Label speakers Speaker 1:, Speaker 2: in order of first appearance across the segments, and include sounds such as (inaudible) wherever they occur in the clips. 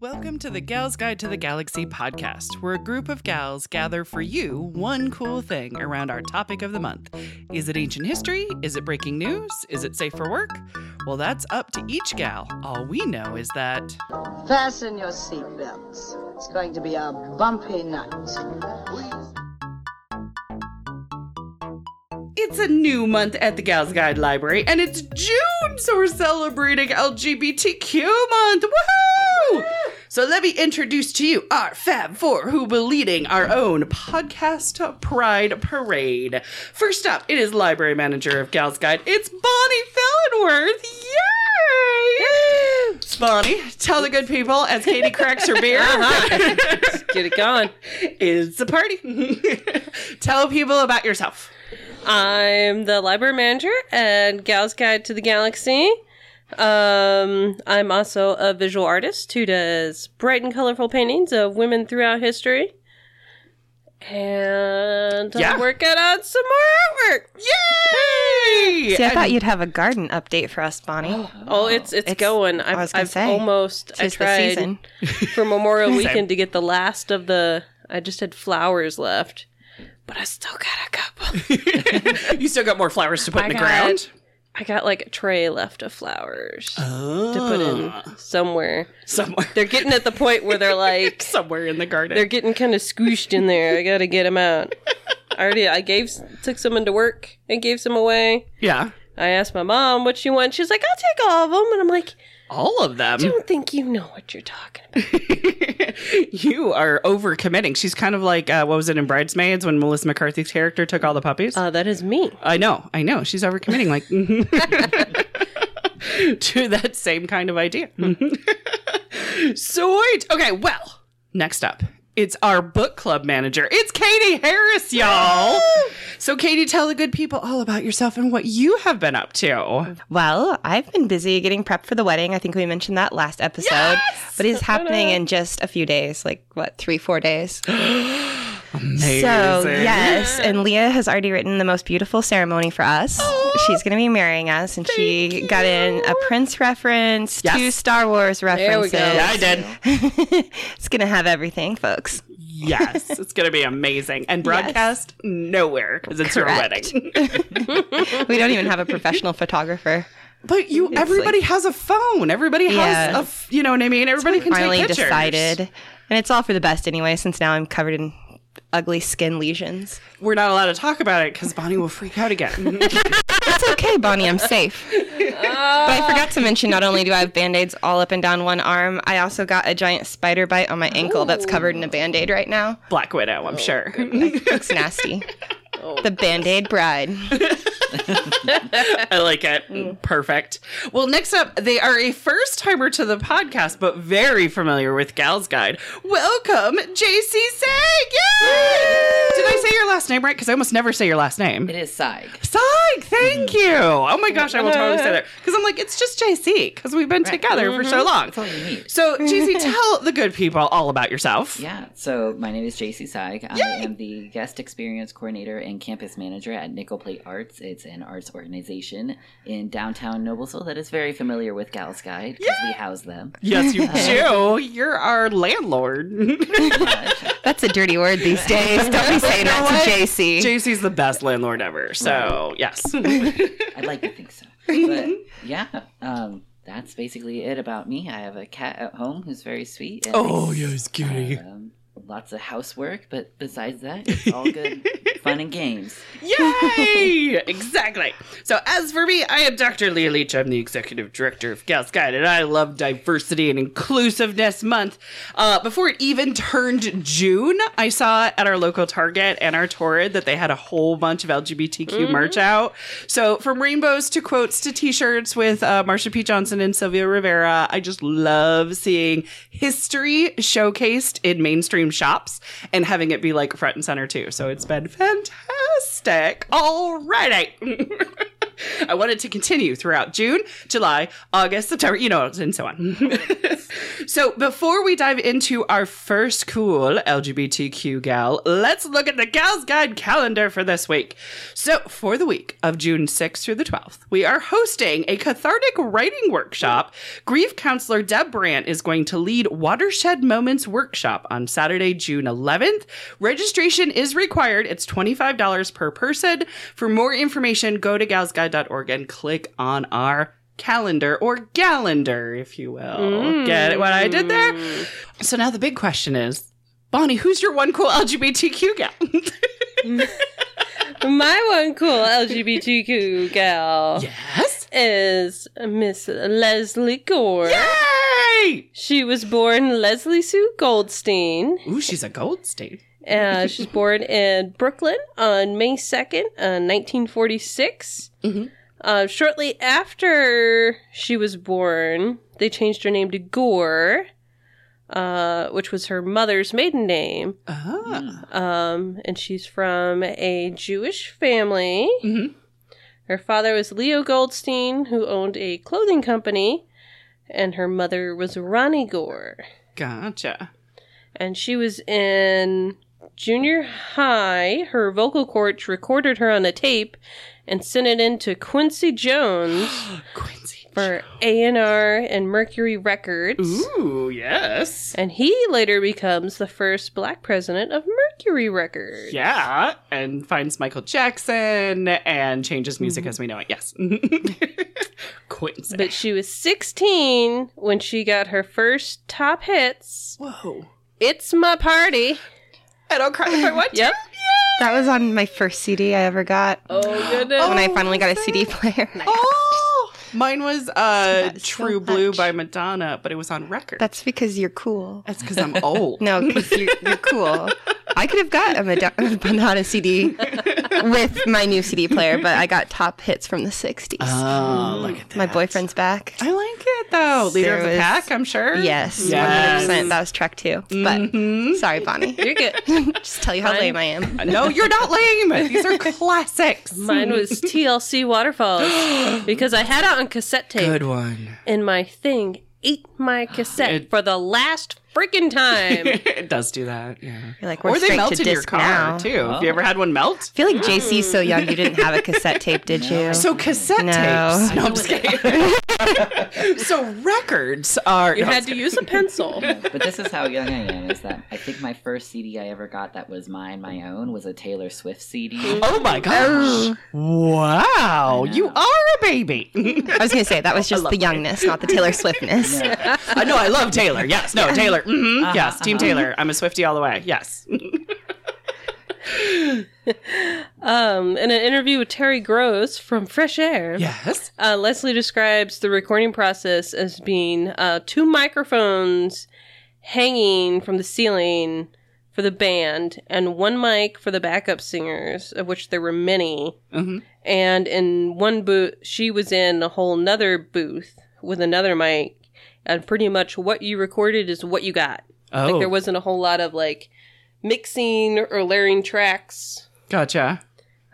Speaker 1: Welcome to the Gals Guide to the Galaxy podcast, where a group of gals gather for you one cool thing around our topic of the month. Is it ancient history? Is it breaking news? Is it safe for work? Well, that's up to each gal. All we know is that.
Speaker 2: Fasten your seatbelts. It's going to be a bumpy night.
Speaker 1: It's a new month at the Gals Guide Library, and it's June, so we're celebrating LGBTQ month. Woohoo! So let me introduce to you our Fab Four who will be leading our own podcast Pride Parade. First up, it is Library Manager of Gals Guide. It's Bonnie Fellenworth. Yay! Bonnie, tell the good people as Katie cracks her beer.
Speaker 3: Uh-huh.
Speaker 1: (laughs)
Speaker 3: Let's get it going.
Speaker 1: It's a party. (laughs) tell people about yourself.
Speaker 3: I'm the library manager at Gal's Guide to the Galaxy. Um, I'm also a visual artist who does bright and colorful paintings of women throughout history. And
Speaker 1: Yeah.
Speaker 3: I'm working on some more artwork.
Speaker 1: Yay!
Speaker 4: See, I
Speaker 1: And-
Speaker 4: thought you'd have a garden update for us, Bonnie.
Speaker 3: Oh, it's it's,
Speaker 4: It's-
Speaker 3: going. I've,
Speaker 4: I was gonna
Speaker 3: I've
Speaker 4: say,
Speaker 3: almost I
Speaker 4: Tis the
Speaker 3: tried
Speaker 4: season.
Speaker 3: for Memorial
Speaker 1: Same.
Speaker 3: Weekend to get the last of the. I just had flowers left, but I still got a couple.
Speaker 1: (laughs) you still got more flowers to put in the
Speaker 3: got-
Speaker 1: ground.
Speaker 3: I got like a tray left of flowers to
Speaker 1: Oh.
Speaker 3: put in somewhere.
Speaker 1: somewhere.
Speaker 3: They're getting at the point where they're (laughs) like
Speaker 1: (laughs) somewhere in the garden.
Speaker 3: they're getting kind of squished in there. I gotta get them out. I already I gave took some into work and gave some away.
Speaker 1: yeah.
Speaker 3: I asked my mom what she wants. She's like, "I'll take all of them," and I'm like,
Speaker 1: All of them.
Speaker 3: "I don't think you know what you're talking about."
Speaker 1: (laughs) you are overcommitting. She's kind of like uh, what was it in Bridesmaids when Melissa McCarthy's character took all the puppies?
Speaker 3: Uh, that is me.
Speaker 1: I know, I know. She's overcommitting, like mhm. (laughs) to that same kind of idea.
Speaker 4: Hmm.
Speaker 1: Mhm. (laughs) Sweet. Okay, well, next up, it's our book club manager. It's Katie Harris, y'all. so, Katie, tell the good people all about yourself and what you have been up to.
Speaker 4: Well, I've been busy getting prepped for the wedding. I think we mentioned that last episode. But it's happening in just a few days, like what, three, four days? So, yes. And Leah has already written the most beautiful ceremony for us. She's going to be marrying us. And she got in a Prince reference,
Speaker 1: Yes.
Speaker 4: two Star Wars
Speaker 3: we
Speaker 4: references.
Speaker 3: go.
Speaker 1: Yeah, I did.
Speaker 4: (laughs) it's going to have everything, folks.
Speaker 1: Yes, it's going to be amazing. And broadcast nowhere because it's
Speaker 4: Correct. (laughs)
Speaker 1: your wedding.
Speaker 4: We don't even have a professional photographer.
Speaker 1: But you, everybody has a phone. Everybody has
Speaker 4: Yeah.
Speaker 1: a, f- you know what I mean? Everybody can
Speaker 4: finally
Speaker 1: take pictures.
Speaker 4: decided. And it's all for the best anyway, since now I'm covered in ugly skin lesions.
Speaker 1: We're not allowed to talk about it because Bonnie will freak out again.
Speaker 5: (laughs)
Speaker 4: It's okay, Bonnie, I'm safe. but I forgot to mention not only do I have band aids all up and down one arm, I also got a giant spider bite on my ankle that's covered in a band aid right now.
Speaker 1: Black Widow,
Speaker 5: Oh,
Speaker 1: I'm sure.
Speaker 4: Looks nasty. The band aid bride.
Speaker 1: (laughs) I like
Speaker 5: Mm.
Speaker 1: it. Perfect. Well, next up, they are a first timer to the podcast, but very familiar with Gal's Guide. Welcome, JC Sag. Yay! Did I say your last name right? Because I almost never say your last name.
Speaker 5: It is Saig.
Speaker 1: Sag, thank you. Oh my gosh, I will totally say
Speaker 5: (laughs)
Speaker 1: that. Because I'm like, it's just JC, because we've been together for so long.
Speaker 5: Mm-hmm. That's all you need.
Speaker 1: So,
Speaker 5: (laughs)
Speaker 1: JC, tell the good people all about yourself.
Speaker 5: Yeah. So my name is JC Saig. I am the guest experience coordinator and campus manager at Nickel Plate Arts. It's an arts organization in downtown Noblesville that is very familiar with Gals Guide because we house them. (laughs)
Speaker 1: Yes, you do. You're our landlord. (laughs)
Speaker 5: uh,
Speaker 4: That's a dirty word these days. Don't be saying
Speaker 1: (laughs)
Speaker 4: that to JC.
Speaker 1: JC's the best landlord ever. So, yes.
Speaker 5: I'd like to think so. (laughs) But yeah, um, that's basically it about me. I have a cat at home who's very sweet. And
Speaker 1: yes, cutie.
Speaker 5: um, lots of housework, but besides that, it's all (laughs) good fun and games.
Speaker 1: Yay! exactly. So, as for me, I am Dr. Leah Leach. I'm the executive director of Gals Guide, and I love diversity and inclusiveness month. Uh, before it even turned June, I saw at our local Target and our Torrid that they had a whole bunch of LGBTQ merch out. So, from rainbows to quotes to t shirts with uh, Marsha P. Johnson and Sylvia Rivera, I just love seeing history showcased in mainstream shops and having it be like front and center too. So, it's been fantastic. All right. (laughs) I want it to continue throughout June, July, August, September, you know, and so on. (laughs) so before we dive into our first cool LGBTQ gal, let's look at the Gals Guide calendar for this week. So for the week of June 6th through the 12th, we are hosting a cathartic writing workshop. Grief counselor Deb Brandt is going to lead Watershed Moments Workshop on Saturday, June 11th. Registration is required. It's $25 per person. For more information, go to galsguide.org and click on our calendar or calendar, if you will. Get it what I did there? So now the big question is Bonnie, who's your one cool LGBTQ gal?
Speaker 3: My one cool LGBTQ gal (laughs)
Speaker 1: yes.
Speaker 3: is Miss Leslie Gore.
Speaker 1: Yay!
Speaker 3: She was born Leslie Sue Goldstein.
Speaker 1: Ooh, she's a gold state.
Speaker 3: Uh, she's born in Brooklyn on May 2nd, uh, 1946.
Speaker 1: Mhm.
Speaker 3: Uh, shortly after she was born, they changed her name to Gore, uh, which was her mother's maiden name.
Speaker 1: Ah.
Speaker 3: Um, and she's from a Jewish family.
Speaker 1: Mhm.
Speaker 3: Her father was Leo Goldstein, who owned a clothing company, and her mother was Ronnie Gore
Speaker 1: Gotcha. (gasps)
Speaker 3: and she was in junior high. Her vocal coach recorded her on a tape and sent it in to Quincy
Speaker 4: (gasps)
Speaker 3: Jones
Speaker 1: Quincy.
Speaker 3: for A&R and Mercury Records.
Speaker 1: Ooh, yes.
Speaker 3: And he later becomes the first black president of Mercury Records.
Speaker 1: Yeah, and finds Michael Jackson and changes music as we know it. Yes. (laughs) Quincy.
Speaker 3: But she was 16 when she got her first top hits.
Speaker 1: Whoa.
Speaker 3: It's My Party.
Speaker 1: I don't cry if I (laughs) want
Speaker 3: Yep.
Speaker 4: That was on my first CD I ever got
Speaker 3: Oh, goodness.
Speaker 4: when I finally got a CD player.
Speaker 1: Oh, mine was uh,
Speaker 4: That's so
Speaker 1: True Blue
Speaker 4: much.
Speaker 1: by Madonna, but it was on record.
Speaker 4: That's because you're cool.
Speaker 1: That's because I'm old.
Speaker 4: No, because you're, you're cool. I could have got a Madonna, Madonna CD with my new CD player, but I got top hits from the 60s.
Speaker 1: Oh, look at that.
Speaker 4: my boyfriend's back.
Speaker 1: I like it though. Leader of the
Speaker 4: Sarah's-
Speaker 1: pack, I'm sure.
Speaker 4: Yes,
Speaker 1: Yes. Mm-hmm.
Speaker 4: 100%. That was track two. But sorry, Bonnie.
Speaker 3: You're good.
Speaker 4: (laughs) Just tell you how lame I am.
Speaker 1: No, you're not lame. These (laughs) are classics.
Speaker 3: Mine was
Speaker 4: (laughs)
Speaker 3: TLC Waterfalls because I had it on cassette tape.
Speaker 1: one.
Speaker 3: and my thing ate my cassette
Speaker 1: It-
Speaker 3: for the last freaking
Speaker 1: (laughs)
Speaker 3: time.
Speaker 1: it does do that. Yeah. Oh.
Speaker 4: You're like, we're
Speaker 1: Or they
Speaker 4: straight
Speaker 1: melt
Speaker 4: to
Speaker 1: in your
Speaker 4: disc
Speaker 1: car
Speaker 4: now.
Speaker 1: too. Have you ever had one melt?
Speaker 4: I feel like JC's so young, you didn't have a cassette tape, did you?
Speaker 1: So cassette
Speaker 4: No.
Speaker 1: tapes. No, I'm (laughs) just kidding. so records are.
Speaker 3: you
Speaker 1: no,
Speaker 3: had to use a pencil.
Speaker 5: but this is how young I am. Is that I think my first CD I ever got that was mine, my own, was a Taylor Swift CD.
Speaker 1: oh my gosh! Wow, you are a (laughs) baby.
Speaker 4: I was going to say, that was just the youngness, not
Speaker 1: (laughs)
Speaker 4: the Taylor Swiftness.
Speaker 1: I know. I love Taylor. Yes. No, Taylor. hmm Yes, Team
Speaker 4: Uh-huh.
Speaker 1: Taylor. I'm a Swifty all the way. Yes.
Speaker 3: Um, in an interview with Terry Gross from Fresh Air,
Speaker 1: Yes.
Speaker 3: uh, Leslie describes the recording process as being uh, two microphones hanging from the ceiling for the band and one mic for the backup singers, of which there were many.
Speaker 1: Mhm.
Speaker 3: And in one booth, she was in a whole nother booth with another mic. And pretty much what you recorded is what you got.
Speaker 1: Oh,
Speaker 3: Like there wasn't a whole lot of like mixing or layering tracks.
Speaker 1: gotcha.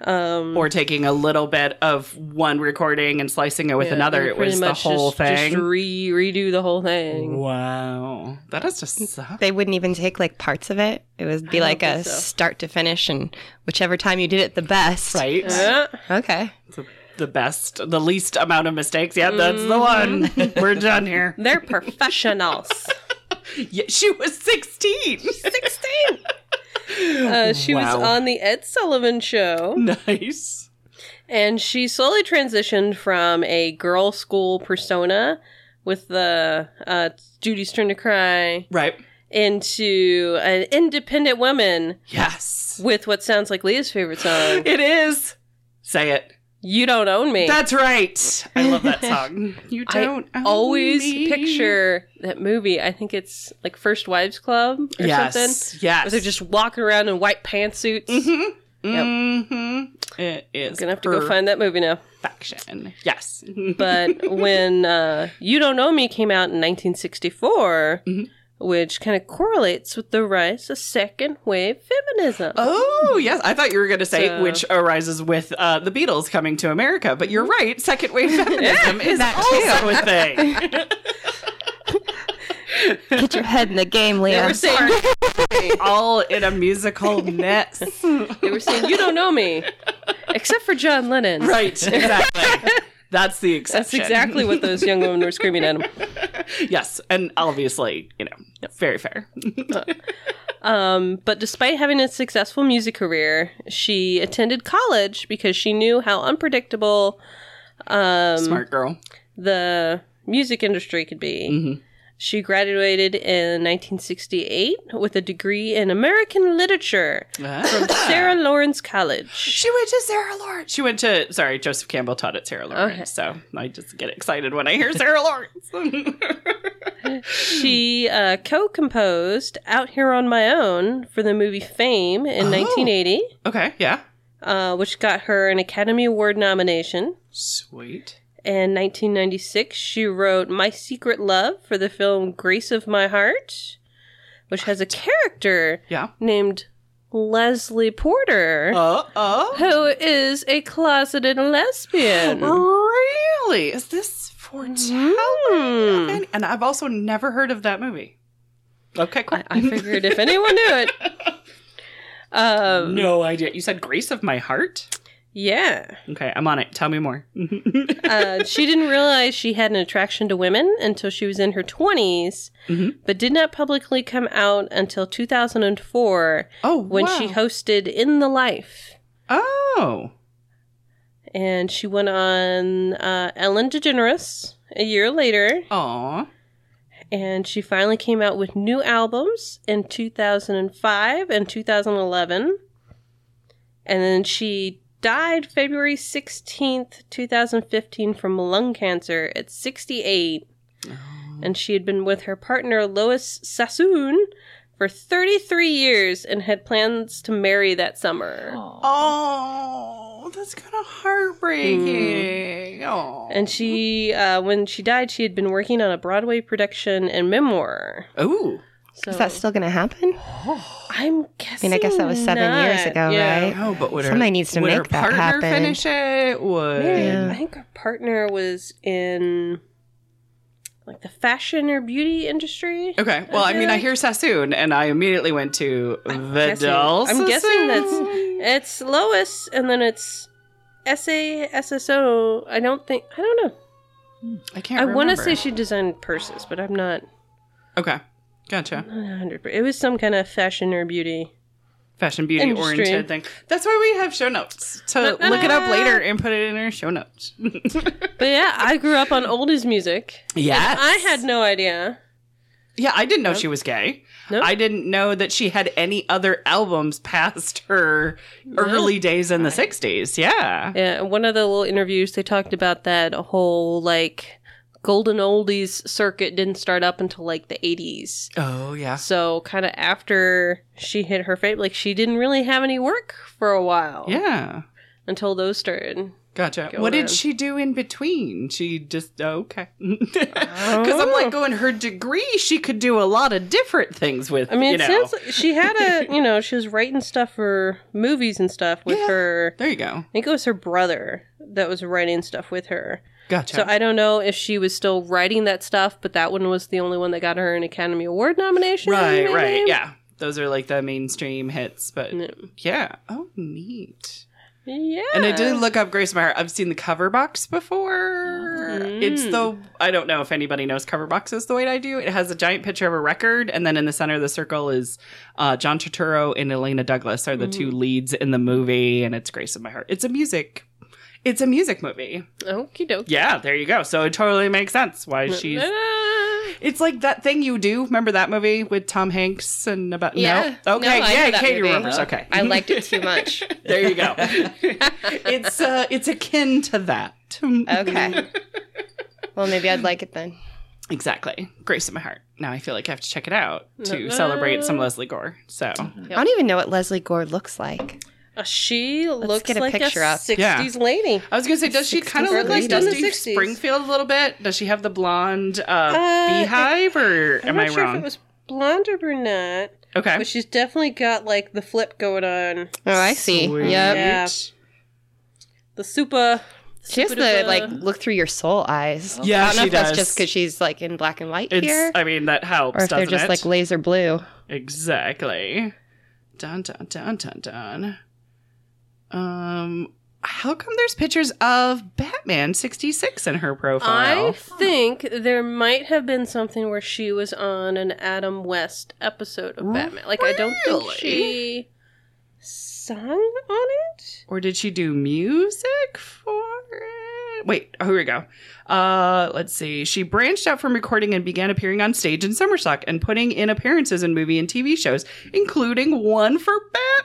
Speaker 3: Um,
Speaker 1: Or taking a little bit of one recording and slicing it with
Speaker 3: yeah,
Speaker 1: another.
Speaker 3: they
Speaker 1: It
Speaker 3: pretty
Speaker 1: was the
Speaker 3: much
Speaker 1: whole
Speaker 3: just,
Speaker 1: thing.
Speaker 3: Just re- redo the whole thing.
Speaker 1: wow, that is
Speaker 3: Mm.
Speaker 1: just suck.
Speaker 4: They wouldn't even take like parts of it. It would be like a
Speaker 3: think so.
Speaker 4: start to finish, and whichever time you did it the best.
Speaker 1: right.
Speaker 3: Yeah.
Speaker 4: Okay.
Speaker 1: the, the best, the least amount of mistakes. Yeah, that's the one.
Speaker 3: Mm-hmm.
Speaker 1: We're done here. (laughs)
Speaker 3: They're professionals.
Speaker 1: Yeah, she was 16. 16. (laughs)
Speaker 3: Uh, she
Speaker 1: Wow.
Speaker 3: was on the Ed Sullivan show,
Speaker 1: nice.
Speaker 3: and she slowly transitioned from a girl school persona with the uh, Judy's Turn to Cry
Speaker 1: Right.
Speaker 3: into an independent woman
Speaker 1: Yes.
Speaker 3: with what sounds like Leah's favorite song,
Speaker 1: It is. Say it.
Speaker 3: "You Don't Own Me."
Speaker 1: That's right. I love
Speaker 3: (laughs)
Speaker 1: that song. You
Speaker 3: I
Speaker 1: don't own
Speaker 3: always
Speaker 1: me.
Speaker 3: picture that movie. I think it's like First Wives Club or
Speaker 1: yes.
Speaker 3: something.
Speaker 1: Yes.
Speaker 3: Where they're just walking around in white pantsuits.
Speaker 1: Mhm.
Speaker 3: Mm-hmm.
Speaker 1: Mhm. It is
Speaker 3: I'm gonna have to go find that movie now.
Speaker 1: perfection. Yes.
Speaker 3: Mm-hmm. But when uh, You Don't Know Me came out in 1964,
Speaker 1: Mm-hmm.
Speaker 3: which kind of correlates with the rise of second wave feminism.
Speaker 1: (laughs) Oh, yes. I thought you were going to say
Speaker 3: So-
Speaker 1: which arises with uh, the Beatles coming to America, but you're
Speaker 3: Mm-hmm.
Speaker 1: right. Second
Speaker 3: (laughs)
Speaker 1: wave feminism is
Speaker 4: that
Speaker 1: also a thing.
Speaker 4: Get your head in the game,
Speaker 3: they were
Speaker 4: Leah.
Speaker 3: saying,
Speaker 1: (laughs) All in a musical net.
Speaker 3: (laughs) they were saying, you don't know me, except for John Lennon.
Speaker 1: right, (laughs) exactly. That's the
Speaker 3: That's
Speaker 1: exception.
Speaker 3: exactly what those young women were screaming at him.
Speaker 1: (laughs) Yes, and obviously, you know, very fair.
Speaker 3: Um, but despite having a successful music career, she attended college because she knew how unpredictable um,
Speaker 1: Smart girl.
Speaker 3: the music industry could be.
Speaker 1: Mhm.
Speaker 3: She graduated in 1968 with a degree in American literature (laughs)
Speaker 1: (coughs)
Speaker 3: from Sarah Lawrence College.
Speaker 1: She went to Sarah Lawrence. She went to sorry, Joseph Campbell taught at Sarah Lawrence.
Speaker 3: Okay.
Speaker 1: So I just get excited when I hear Sarah Lawrence. (laughs)
Speaker 3: She uh, co composed Out Here on My Own for the movie Fame in
Speaker 1: Oh.
Speaker 3: 1980,
Speaker 1: okay, yeah.
Speaker 3: uh, which got her an Academy Award nomination.
Speaker 1: Sweet.
Speaker 3: In 1996, she wrote My Secret Love for the film Grace of My Heart, which has a character
Speaker 1: Yeah.
Speaker 3: named Leslie Porter,
Speaker 1: Uh oh.
Speaker 3: who is a
Speaker 1: (gasps)
Speaker 3: closeted lesbian.
Speaker 1: (laughs) Really? Is this for
Speaker 3: Hmm.
Speaker 1: television? And I've also never heard of that movie. Okay, cool.
Speaker 3: I, I figured if anyone knew it.
Speaker 1: (laughs)
Speaker 3: Um,
Speaker 1: no idea. You said Grace of My Heart?
Speaker 3: Yeah.
Speaker 1: Okay, I'm on it. Tell me more. (laughs)
Speaker 3: Uh, she didn't realize she had an attraction to women until she was in her 20s,
Speaker 1: Mhm.
Speaker 3: but did not publicly come out until 2004
Speaker 1: oh,
Speaker 3: when
Speaker 1: wow.
Speaker 3: she hosted In the Life.
Speaker 1: Oh.
Speaker 3: And she went on uh, Ellen DeGeneres a year later,
Speaker 1: Aw.
Speaker 3: and she finally came out with new albums in 2005 and 2011. And then she died February 16th, 2015, from lung cancer at 68.
Speaker 4: Oh.
Speaker 3: And she had been with her partner Lois Sassoon for 33 years and had plans to marry that summer.
Speaker 1: Oh, that's kind of
Speaker 3: Mm.
Speaker 1: heartbreaking. Oh.
Speaker 3: And she, uh, when she died, she had been working on a Broadway production and memoir.
Speaker 1: Ooh.
Speaker 3: So
Speaker 4: Is that still going to happen?
Speaker 3: I'm guessing.
Speaker 4: mean, I guess that was seven years
Speaker 3: not.
Speaker 4: ago,
Speaker 3: Yeah.
Speaker 4: right?
Speaker 1: No, Oh, but would her,
Speaker 4: Somebody needs to
Speaker 1: would her
Speaker 4: make that
Speaker 1: partner
Speaker 4: happen.
Speaker 1: finish it? Would
Speaker 3: Yeah,
Speaker 4: Yeah.
Speaker 3: I think her partner was in like the fashion or beauty industry.
Speaker 1: Okay. Well, I mean, I hear Sassoon, and I immediately went to the
Speaker 3: guessing-
Speaker 1: doll.
Speaker 3: I'm guessing that's
Speaker 1: Sassoon.
Speaker 3: it's Lois, and then it's S A S S O. I don't think I don't know.
Speaker 1: I can't.
Speaker 3: I want to
Speaker 1: remember.
Speaker 3: say she designed purses, but I'm not
Speaker 1: Okay. Gotcha.
Speaker 3: hundred. It was some kind of fashion or beauty.
Speaker 1: Fashion beauty
Speaker 3: Industry.
Speaker 1: oriented thing. That's why we have show notes to
Speaker 3: Ta-da!
Speaker 1: look it up later and put it in our show notes.
Speaker 3: But yeah, I grew up on oldies music.
Speaker 1: yes.
Speaker 3: I had no idea.
Speaker 1: Yeah, I didn't know she was gay.
Speaker 3: Nope.
Speaker 1: I didn't know that she had any other albums past her early days in the 60s. Yeah.
Speaker 3: Yeah, in Uh, one of the little interviews, they talked about that whole like golden oldies circuit didn't start up until like the 80s.
Speaker 1: Oh, yeah.
Speaker 3: So, kind of after she hit her fame, like she didn't really have any work for a while.
Speaker 1: Yeah.
Speaker 3: Until those started.
Speaker 1: Gotcha.
Speaker 3: Go
Speaker 1: what
Speaker 3: on.
Speaker 1: did she do in between? She just oh, okay. (laughs) Because I'm
Speaker 3: Oh.
Speaker 1: like going her degree. She could do a lot of different things with.
Speaker 3: I mean,
Speaker 1: you
Speaker 3: it
Speaker 1: know.
Speaker 3: sounds like she had
Speaker 1: (laughs)
Speaker 3: a, you know, she was writing stuff for movies and stuff with
Speaker 1: Yeah.
Speaker 3: her.
Speaker 1: there you go.
Speaker 3: I think it was her brother that was writing stuff with her.
Speaker 1: Gotcha.
Speaker 3: So I don't know if she was still writing that stuff, but that one was the only one that got her an Academy Award nomination.
Speaker 1: right,
Speaker 3: maybe?
Speaker 1: right, yeah. Those are like the mainstream hits, but
Speaker 3: Yeah.
Speaker 1: yeah. Oh, neat.
Speaker 3: Yeah.
Speaker 1: And I did look up Grace Meyer. I've seen the cover box before.
Speaker 4: Mm.
Speaker 1: It's the I don't know if anybody knows cover boxes the way I do. It has a giant picture of a record, and then in the center of the circle is uh, John Turturro and Elena Douglas are the
Speaker 4: Mm.
Speaker 1: two leads in the movie, and it's Grace of My Heart. It's a music. It's a music movie.
Speaker 3: Okie dokie.
Speaker 1: Yeah, there you go. So it totally makes sense why she's.
Speaker 3: Ah.
Speaker 1: It's like that thing you do. Remember that movie with Tom Hanks and about
Speaker 4: Yeah.
Speaker 1: no? Okay,
Speaker 4: No, I know
Speaker 1: yeah,
Speaker 4: that
Speaker 1: Katie
Speaker 4: movie.
Speaker 1: remembers. Okay,
Speaker 4: I liked it too much.
Speaker 1: there you go. (laughs) it's uh, it's akin to that.
Speaker 4: (laughs) Okay. Well, maybe I'd like it then.
Speaker 1: Exactly. Grace in my heart. Now I feel like I have to check it out to
Speaker 3: Uh-uh.
Speaker 1: celebrate some Leslie Gore. So
Speaker 4: I don't even know what Leslie Gore looks like.
Speaker 3: Uh, She looks
Speaker 4: get a
Speaker 3: like
Speaker 4: picture
Speaker 3: a
Speaker 4: up.
Speaker 3: 60s
Speaker 1: Yeah.
Speaker 3: lady.
Speaker 1: I was gonna say, does she kind of look like
Speaker 4: Early
Speaker 1: Dusty
Speaker 3: 60s.
Speaker 1: Springfield a little bit? Does she have the blonde uh,
Speaker 3: I-
Speaker 1: beehive, or
Speaker 3: I'm
Speaker 1: am
Speaker 3: not
Speaker 1: I
Speaker 3: sure
Speaker 1: wrong?
Speaker 3: if it was blonde or brunette,
Speaker 1: Okay.
Speaker 3: but she's definitely got like the flip going on.
Speaker 4: Oh, I see. Yep.
Speaker 3: Yeah. The super.
Speaker 4: She has the
Speaker 3: super-duper-
Speaker 4: like look through your soul eyes.
Speaker 1: Yeah,
Speaker 4: I don't know
Speaker 1: she
Speaker 4: if
Speaker 1: does.
Speaker 4: that's just because she's like in black and white
Speaker 1: It's.
Speaker 4: here,
Speaker 1: I mean, that helps.
Speaker 4: or if they're
Speaker 1: doesn't
Speaker 4: just
Speaker 1: it?
Speaker 4: like laser blue.
Speaker 1: Exactly. Dun dun dun dun dun. Um, how come there's pictures of Batman sixty six in her
Speaker 3: I
Speaker 1: profile?
Speaker 3: think there might have been something where she was on an Adam West episode of Batman. Like I don't think
Speaker 1: Really?
Speaker 3: she sung on it.
Speaker 1: Or did she do music for it? Wait, oh, here we go. Uh, let's see. She branched out from recording and began appearing on stage in Summerstock and putting in appearances in movie and TV shows, including one for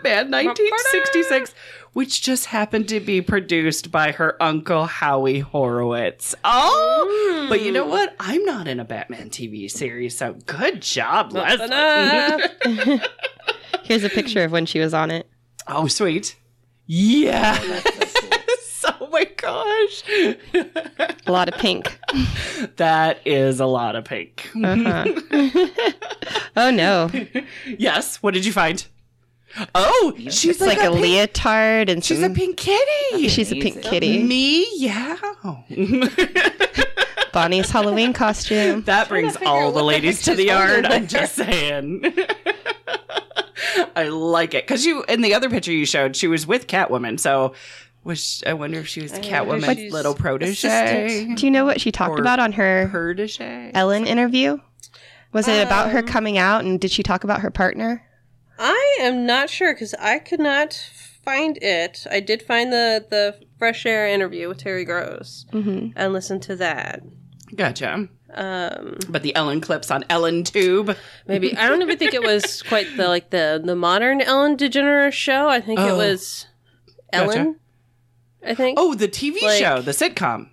Speaker 1: Batman 1966, which just happened to be produced by her uncle Howie Horowitz. Oh, but you know what? I'm not in a Batman TV series, so good job,
Speaker 3: Ta-da!
Speaker 1: Leslie.
Speaker 4: Here's a picture of when she was on it.
Speaker 1: oh, sweet. Yeah. (laughs) oh my gosh.
Speaker 4: A lot of pink.
Speaker 1: That is a lot of pink.
Speaker 4: Uh-huh. (laughs) oh no,
Speaker 1: Yes. What did you find? Oh, she's
Speaker 4: it's like, a,
Speaker 1: pink,
Speaker 4: leotard and
Speaker 1: She's a
Speaker 4: some-
Speaker 1: pink kitty.
Speaker 4: She's a pink
Speaker 5: Amazing.
Speaker 4: kitty.
Speaker 1: me. Yeah.
Speaker 4: Bonnie's
Speaker 1: (laughs)
Speaker 4: Halloween costume.
Speaker 1: that brings all the ladies to the yard. I'm just saying. (laughs) I like it because you in the other picture you showed she was with Catwoman. So, was she- I wonder if she was Catwoman's
Speaker 3: she's
Speaker 1: little protege,
Speaker 4: Do you know what she talked
Speaker 1: Or
Speaker 4: about on her
Speaker 1: protege.
Speaker 4: Ellen interview? Was it about her
Speaker 3: Um,
Speaker 4: coming out and did she talk about her partner?
Speaker 3: I am not sure because I could not find it. I did find the the fresh air interview with Terry Gross
Speaker 4: Mm-hmm.
Speaker 3: and listen to that.
Speaker 1: Gotcha.
Speaker 3: Um,
Speaker 1: But the Ellen clips on Ellen Tube.
Speaker 3: maybe I don't even think it
Speaker 4: (laughs)
Speaker 3: was quite the like the the modern Ellen DeGeneres show. I think
Speaker 1: Oh.
Speaker 3: it was
Speaker 1: Gotcha.
Speaker 3: Ellen. I think
Speaker 1: Oh, the TV
Speaker 3: Like-
Speaker 1: show, the sitcom.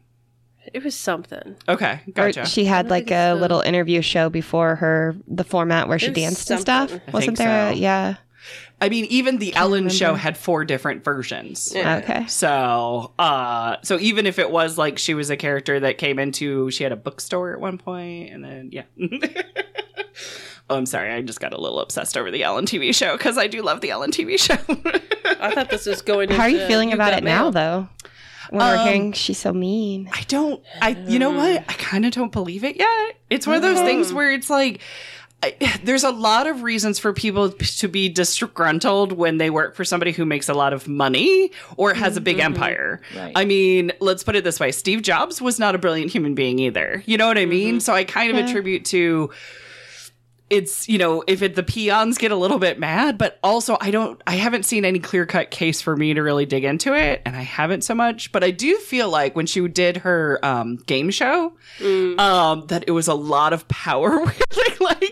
Speaker 3: it was something.
Speaker 1: Okay,
Speaker 4: Or
Speaker 1: gotcha.
Speaker 4: she had like
Speaker 3: think
Speaker 4: a
Speaker 3: so.
Speaker 4: little interview show before her the format where she
Speaker 3: There's
Speaker 4: danced and
Speaker 3: something.
Speaker 4: stuff.
Speaker 1: I
Speaker 4: Wasn't
Speaker 1: think
Speaker 4: there? a-
Speaker 1: so.
Speaker 4: yeah.
Speaker 1: I mean, even the Ellen
Speaker 4: remember.
Speaker 1: show had four different versions.
Speaker 3: Yeah.
Speaker 4: Okay.
Speaker 1: So, uh, so even if it was like she was a character that came into, she had a bookstore at one point, and then yeah. (laughs) oh, I'm sorry, I just got a little obsessed over the Ellen TV show because I do love the Ellen TV show. (laughs)
Speaker 3: I thought this was going.
Speaker 4: How are you
Speaker 3: into
Speaker 4: feeling
Speaker 3: Who
Speaker 4: about
Speaker 3: Got
Speaker 4: it now
Speaker 3: Mail.
Speaker 4: though? When we're
Speaker 1: Um,
Speaker 4: hearing she's so mean.
Speaker 1: I don't. I. You know what? I kind of don't believe it yet. It's one of those things where it's like. I, there's a lot of reasons for people p- to be disgruntled when they work for somebody who makes a lot of money or has a big empire.
Speaker 5: Right.
Speaker 1: I mean, let's put it this way Steve Jobs was not a brilliant human being either. You know what I mean? So I kind of attribute to it's you know if it the peons get a little bit mad but also i don't i haven't seen any clear cut case for me to really dig into it and i haven't so much but i do feel like when she did her um, game show um, that it was a lot of power (laughs) wielding like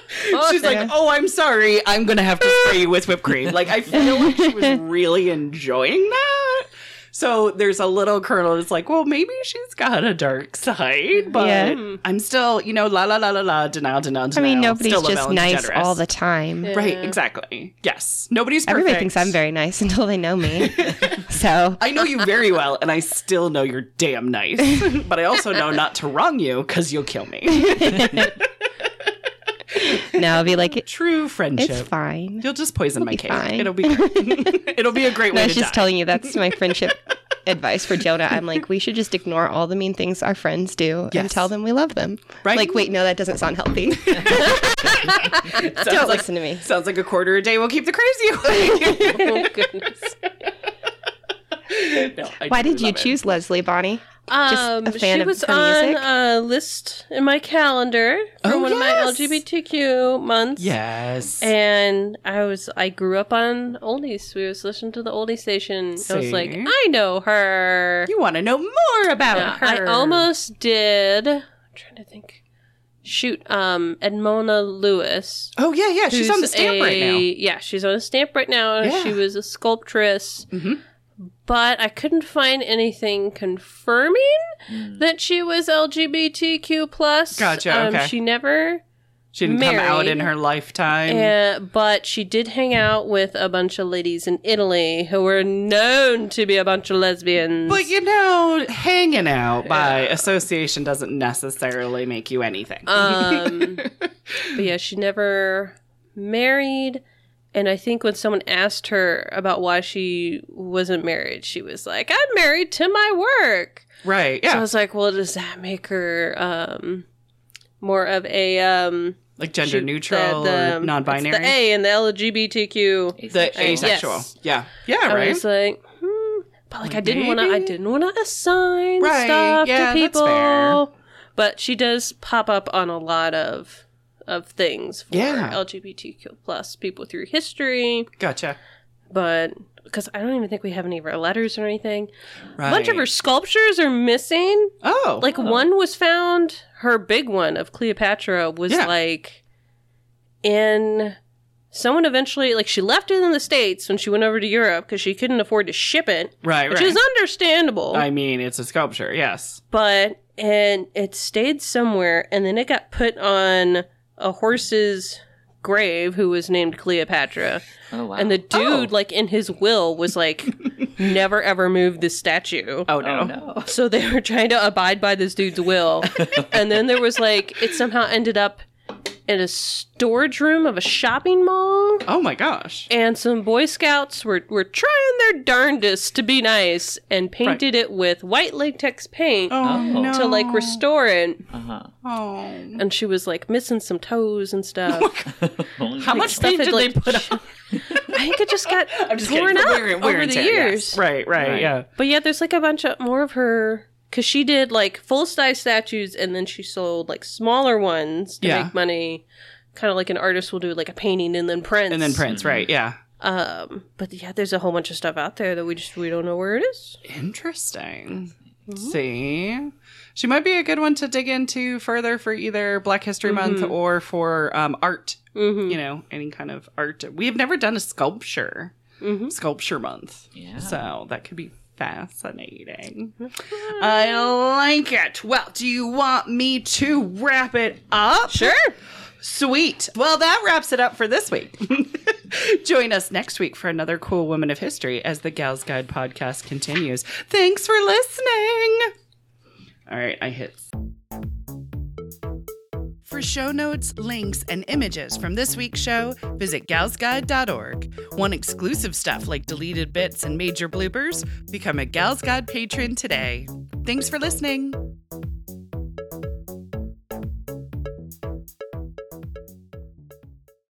Speaker 1: (laughs) she's like oh i'm sorry i'm gonna have to spray you with whipped cream like i feel like she was really enjoying that so there's a little kernel that's like, well, maybe she's got a dark side, but
Speaker 4: Yeah.
Speaker 1: I'm still, you know, la la la la la, denial, denial,
Speaker 4: I
Speaker 1: denial.
Speaker 4: mean, nobody's
Speaker 1: Still a
Speaker 4: just
Speaker 1: Ellen
Speaker 4: nice
Speaker 1: DeGeneres.
Speaker 4: all the time.
Speaker 1: Right,
Speaker 3: Yeah.
Speaker 1: exactly. Yes, nobody's perfect.
Speaker 4: Everybody thinks I'm very nice (laughs) until they know me.
Speaker 1: (laughs)
Speaker 4: so
Speaker 1: I know you very well, and I still know you're damn nice.
Speaker 4: (laughs)
Speaker 1: but I also know not to wrong you because you'll kill me.
Speaker 4: no, I'll be like, it,
Speaker 1: True friendship.
Speaker 4: it's fine.
Speaker 1: You'll just poison my
Speaker 4: be
Speaker 1: cake.
Speaker 4: fine.
Speaker 1: It'll be great. (laughs) It'll be a great
Speaker 4: I
Speaker 1: way
Speaker 4: was
Speaker 1: to
Speaker 4: just
Speaker 1: die.
Speaker 4: telling you that's
Speaker 1: (laughs)
Speaker 4: my friendship advice for Jonah. I'm like, we should just ignore all the mean things our friends do and
Speaker 1: Yes.
Speaker 4: tell them we love them.
Speaker 1: Right.
Speaker 4: Like, wait, no, that doesn't
Speaker 1: (laughs)
Speaker 4: sound healthy.
Speaker 1: Sounds
Speaker 4: Don't (laughs)
Speaker 1: like-
Speaker 4: listen to me.
Speaker 1: Sounds like a quarter a day will keep the
Speaker 4: (laughs)
Speaker 1: crazy away. (laughs)
Speaker 3: Oh goodness.
Speaker 1: No, I
Speaker 4: Why
Speaker 1: do
Speaker 4: did you
Speaker 1: love it.
Speaker 4: choose Leslie Bonnie?
Speaker 3: Um,
Speaker 4: a fan
Speaker 3: she
Speaker 4: of
Speaker 3: was
Speaker 4: her
Speaker 3: on
Speaker 4: music?
Speaker 3: a list in my calendar for
Speaker 1: Oh, yes.
Speaker 3: one of my LGBTQ months.
Speaker 1: Yes.
Speaker 4: Eh.
Speaker 3: And I was I grew up on oldies. We was listening to the oldie station. I was like,
Speaker 1: See?
Speaker 3: I know her.
Speaker 1: you want to know more about
Speaker 3: Yeah,
Speaker 1: her?
Speaker 3: I almost did. I'm trying to think. Shoot, um, Edmona Lewis.
Speaker 1: Oh yeah, yeah. She's on the
Speaker 3: who's
Speaker 1: stamp right
Speaker 3: a-
Speaker 1: now.
Speaker 3: Yeah, she's on a stamp right now.
Speaker 1: Yeah.
Speaker 3: She was a sculptress.
Speaker 1: Mhm.
Speaker 3: But I couldn't find anything confirming that she was LGBTQ plus.
Speaker 1: Hmm. Gotcha, okay.
Speaker 3: She never
Speaker 1: She didn't come out
Speaker 3: married.
Speaker 1: in her lifetime.
Speaker 3: Uh, but she did hang out with a bunch of ladies in Italy who were known to be a bunch of lesbians.
Speaker 1: but you know, hanging out by association doesn't necessarily make you anything.
Speaker 3: (laughs)
Speaker 1: (laughs)
Speaker 3: Um, but yeah, she never married. And I think when someone asked her about why she wasn't married, she was like, I'm married to my work.
Speaker 1: right? Yeah.
Speaker 3: So I was like, well, does that make her um, more of a. Um,
Speaker 1: like gender
Speaker 3: she-
Speaker 1: neutral
Speaker 3: the- the-
Speaker 1: or
Speaker 3: it's
Speaker 1: non-binary.
Speaker 3: The A and the LGBTQ.
Speaker 1: The asexual.
Speaker 3: Yes.
Speaker 1: Yeah. Yeah. (laughs)
Speaker 3: I
Speaker 1: Right.
Speaker 3: was like, hmm. But like, I didn't want to. I
Speaker 1: Maybe.
Speaker 3: didn't want to assign
Speaker 1: Right,
Speaker 3: stuff
Speaker 1: yeah, that's
Speaker 3: to people.
Speaker 1: fair.
Speaker 3: But she does pop up on a lot of of things for
Speaker 1: Yeah.
Speaker 3: LGBTQ plus people through history.
Speaker 1: gotcha.
Speaker 3: But because I don't even think we have any of her letters or anything.
Speaker 1: Right.
Speaker 3: A bunch of her sculptures are missing.
Speaker 1: Oh.
Speaker 3: Like one was found. Her big one of Cleopatra was
Speaker 1: Yeah.
Speaker 3: like in. Someone eventually, like, she left it in the States when she went over to Europe because she couldn't afford to ship it
Speaker 1: Right.
Speaker 3: which
Speaker 1: Right.
Speaker 3: is understandable.
Speaker 1: I mean, it's a sculpture. Yes.
Speaker 3: but and it stayed somewhere, and then it got put on a horse's grave who was named Cleopatra.
Speaker 5: Oh wow.
Speaker 3: And the dude, like in his will, was
Speaker 1: (laughs)
Speaker 3: like, never ever move this statue.
Speaker 1: Oh
Speaker 5: oh
Speaker 1: no.
Speaker 5: no.
Speaker 3: So they were trying to abide by this dude's
Speaker 1: (laughs)
Speaker 3: will, and then there was like it somehow ended up in a storage room of a shopping mall
Speaker 1: Oh my gosh.
Speaker 3: and some Boy Scouts were, were trying their darndest to be nice and painted it with white latex paint
Speaker 1: Oh,
Speaker 5: Oh.
Speaker 1: no.
Speaker 3: to like restore it.
Speaker 5: Uh huh.
Speaker 1: Oh.
Speaker 3: And she was like missing some toes and stuff.
Speaker 1: (laughs)
Speaker 5: (laughs)
Speaker 3: (laughs)
Speaker 5: Uh-huh.
Speaker 1: How much
Speaker 3: stuff
Speaker 1: paint
Speaker 3: had,
Speaker 1: did they
Speaker 3: like,
Speaker 1: put on?
Speaker 3: (laughs) I think it
Speaker 1: (laughs)
Speaker 3: just got torn
Speaker 1: Kidding.
Speaker 3: up
Speaker 1: Wear and- wear
Speaker 3: over
Speaker 1: and
Speaker 3: the
Speaker 1: tear,
Speaker 3: years.
Speaker 1: yes. Right, right.
Speaker 5: Right.
Speaker 1: Yeah.
Speaker 3: But yeah, there's like a bunch of more of her because she did like full size statues and then she sold like smaller ones to
Speaker 1: Yeah.
Speaker 3: make money. Kind of like an artist will do like a painting and then prints.
Speaker 1: And then prints. Right. Yeah.
Speaker 3: Um, but yeah, there's a whole bunch of stuff out there that we just we don't know where it is.
Speaker 1: Interesting. See, she might be a good one to dig into further for either Black History Month or for um, art.
Speaker 3: Mm-hmm.
Speaker 1: You know, any kind of art. We have never done a sculpture sculpture month,
Speaker 5: Yeah.
Speaker 1: so that could be fascinating. I like it. Well, do you want me to wrap it up? Sure. Sweet. Well, that wraps it up for this week. (laughs) Join us next week for another cool woman of history as the Gals Guide podcast continues. Thanks for listening. All right, I hit. For show notes, links, and images from this week's show, visit galsguide.org. Want exclusive stuff like deleted bits and major bloopers? Become a Gals Guide patron today. Thanks for listening.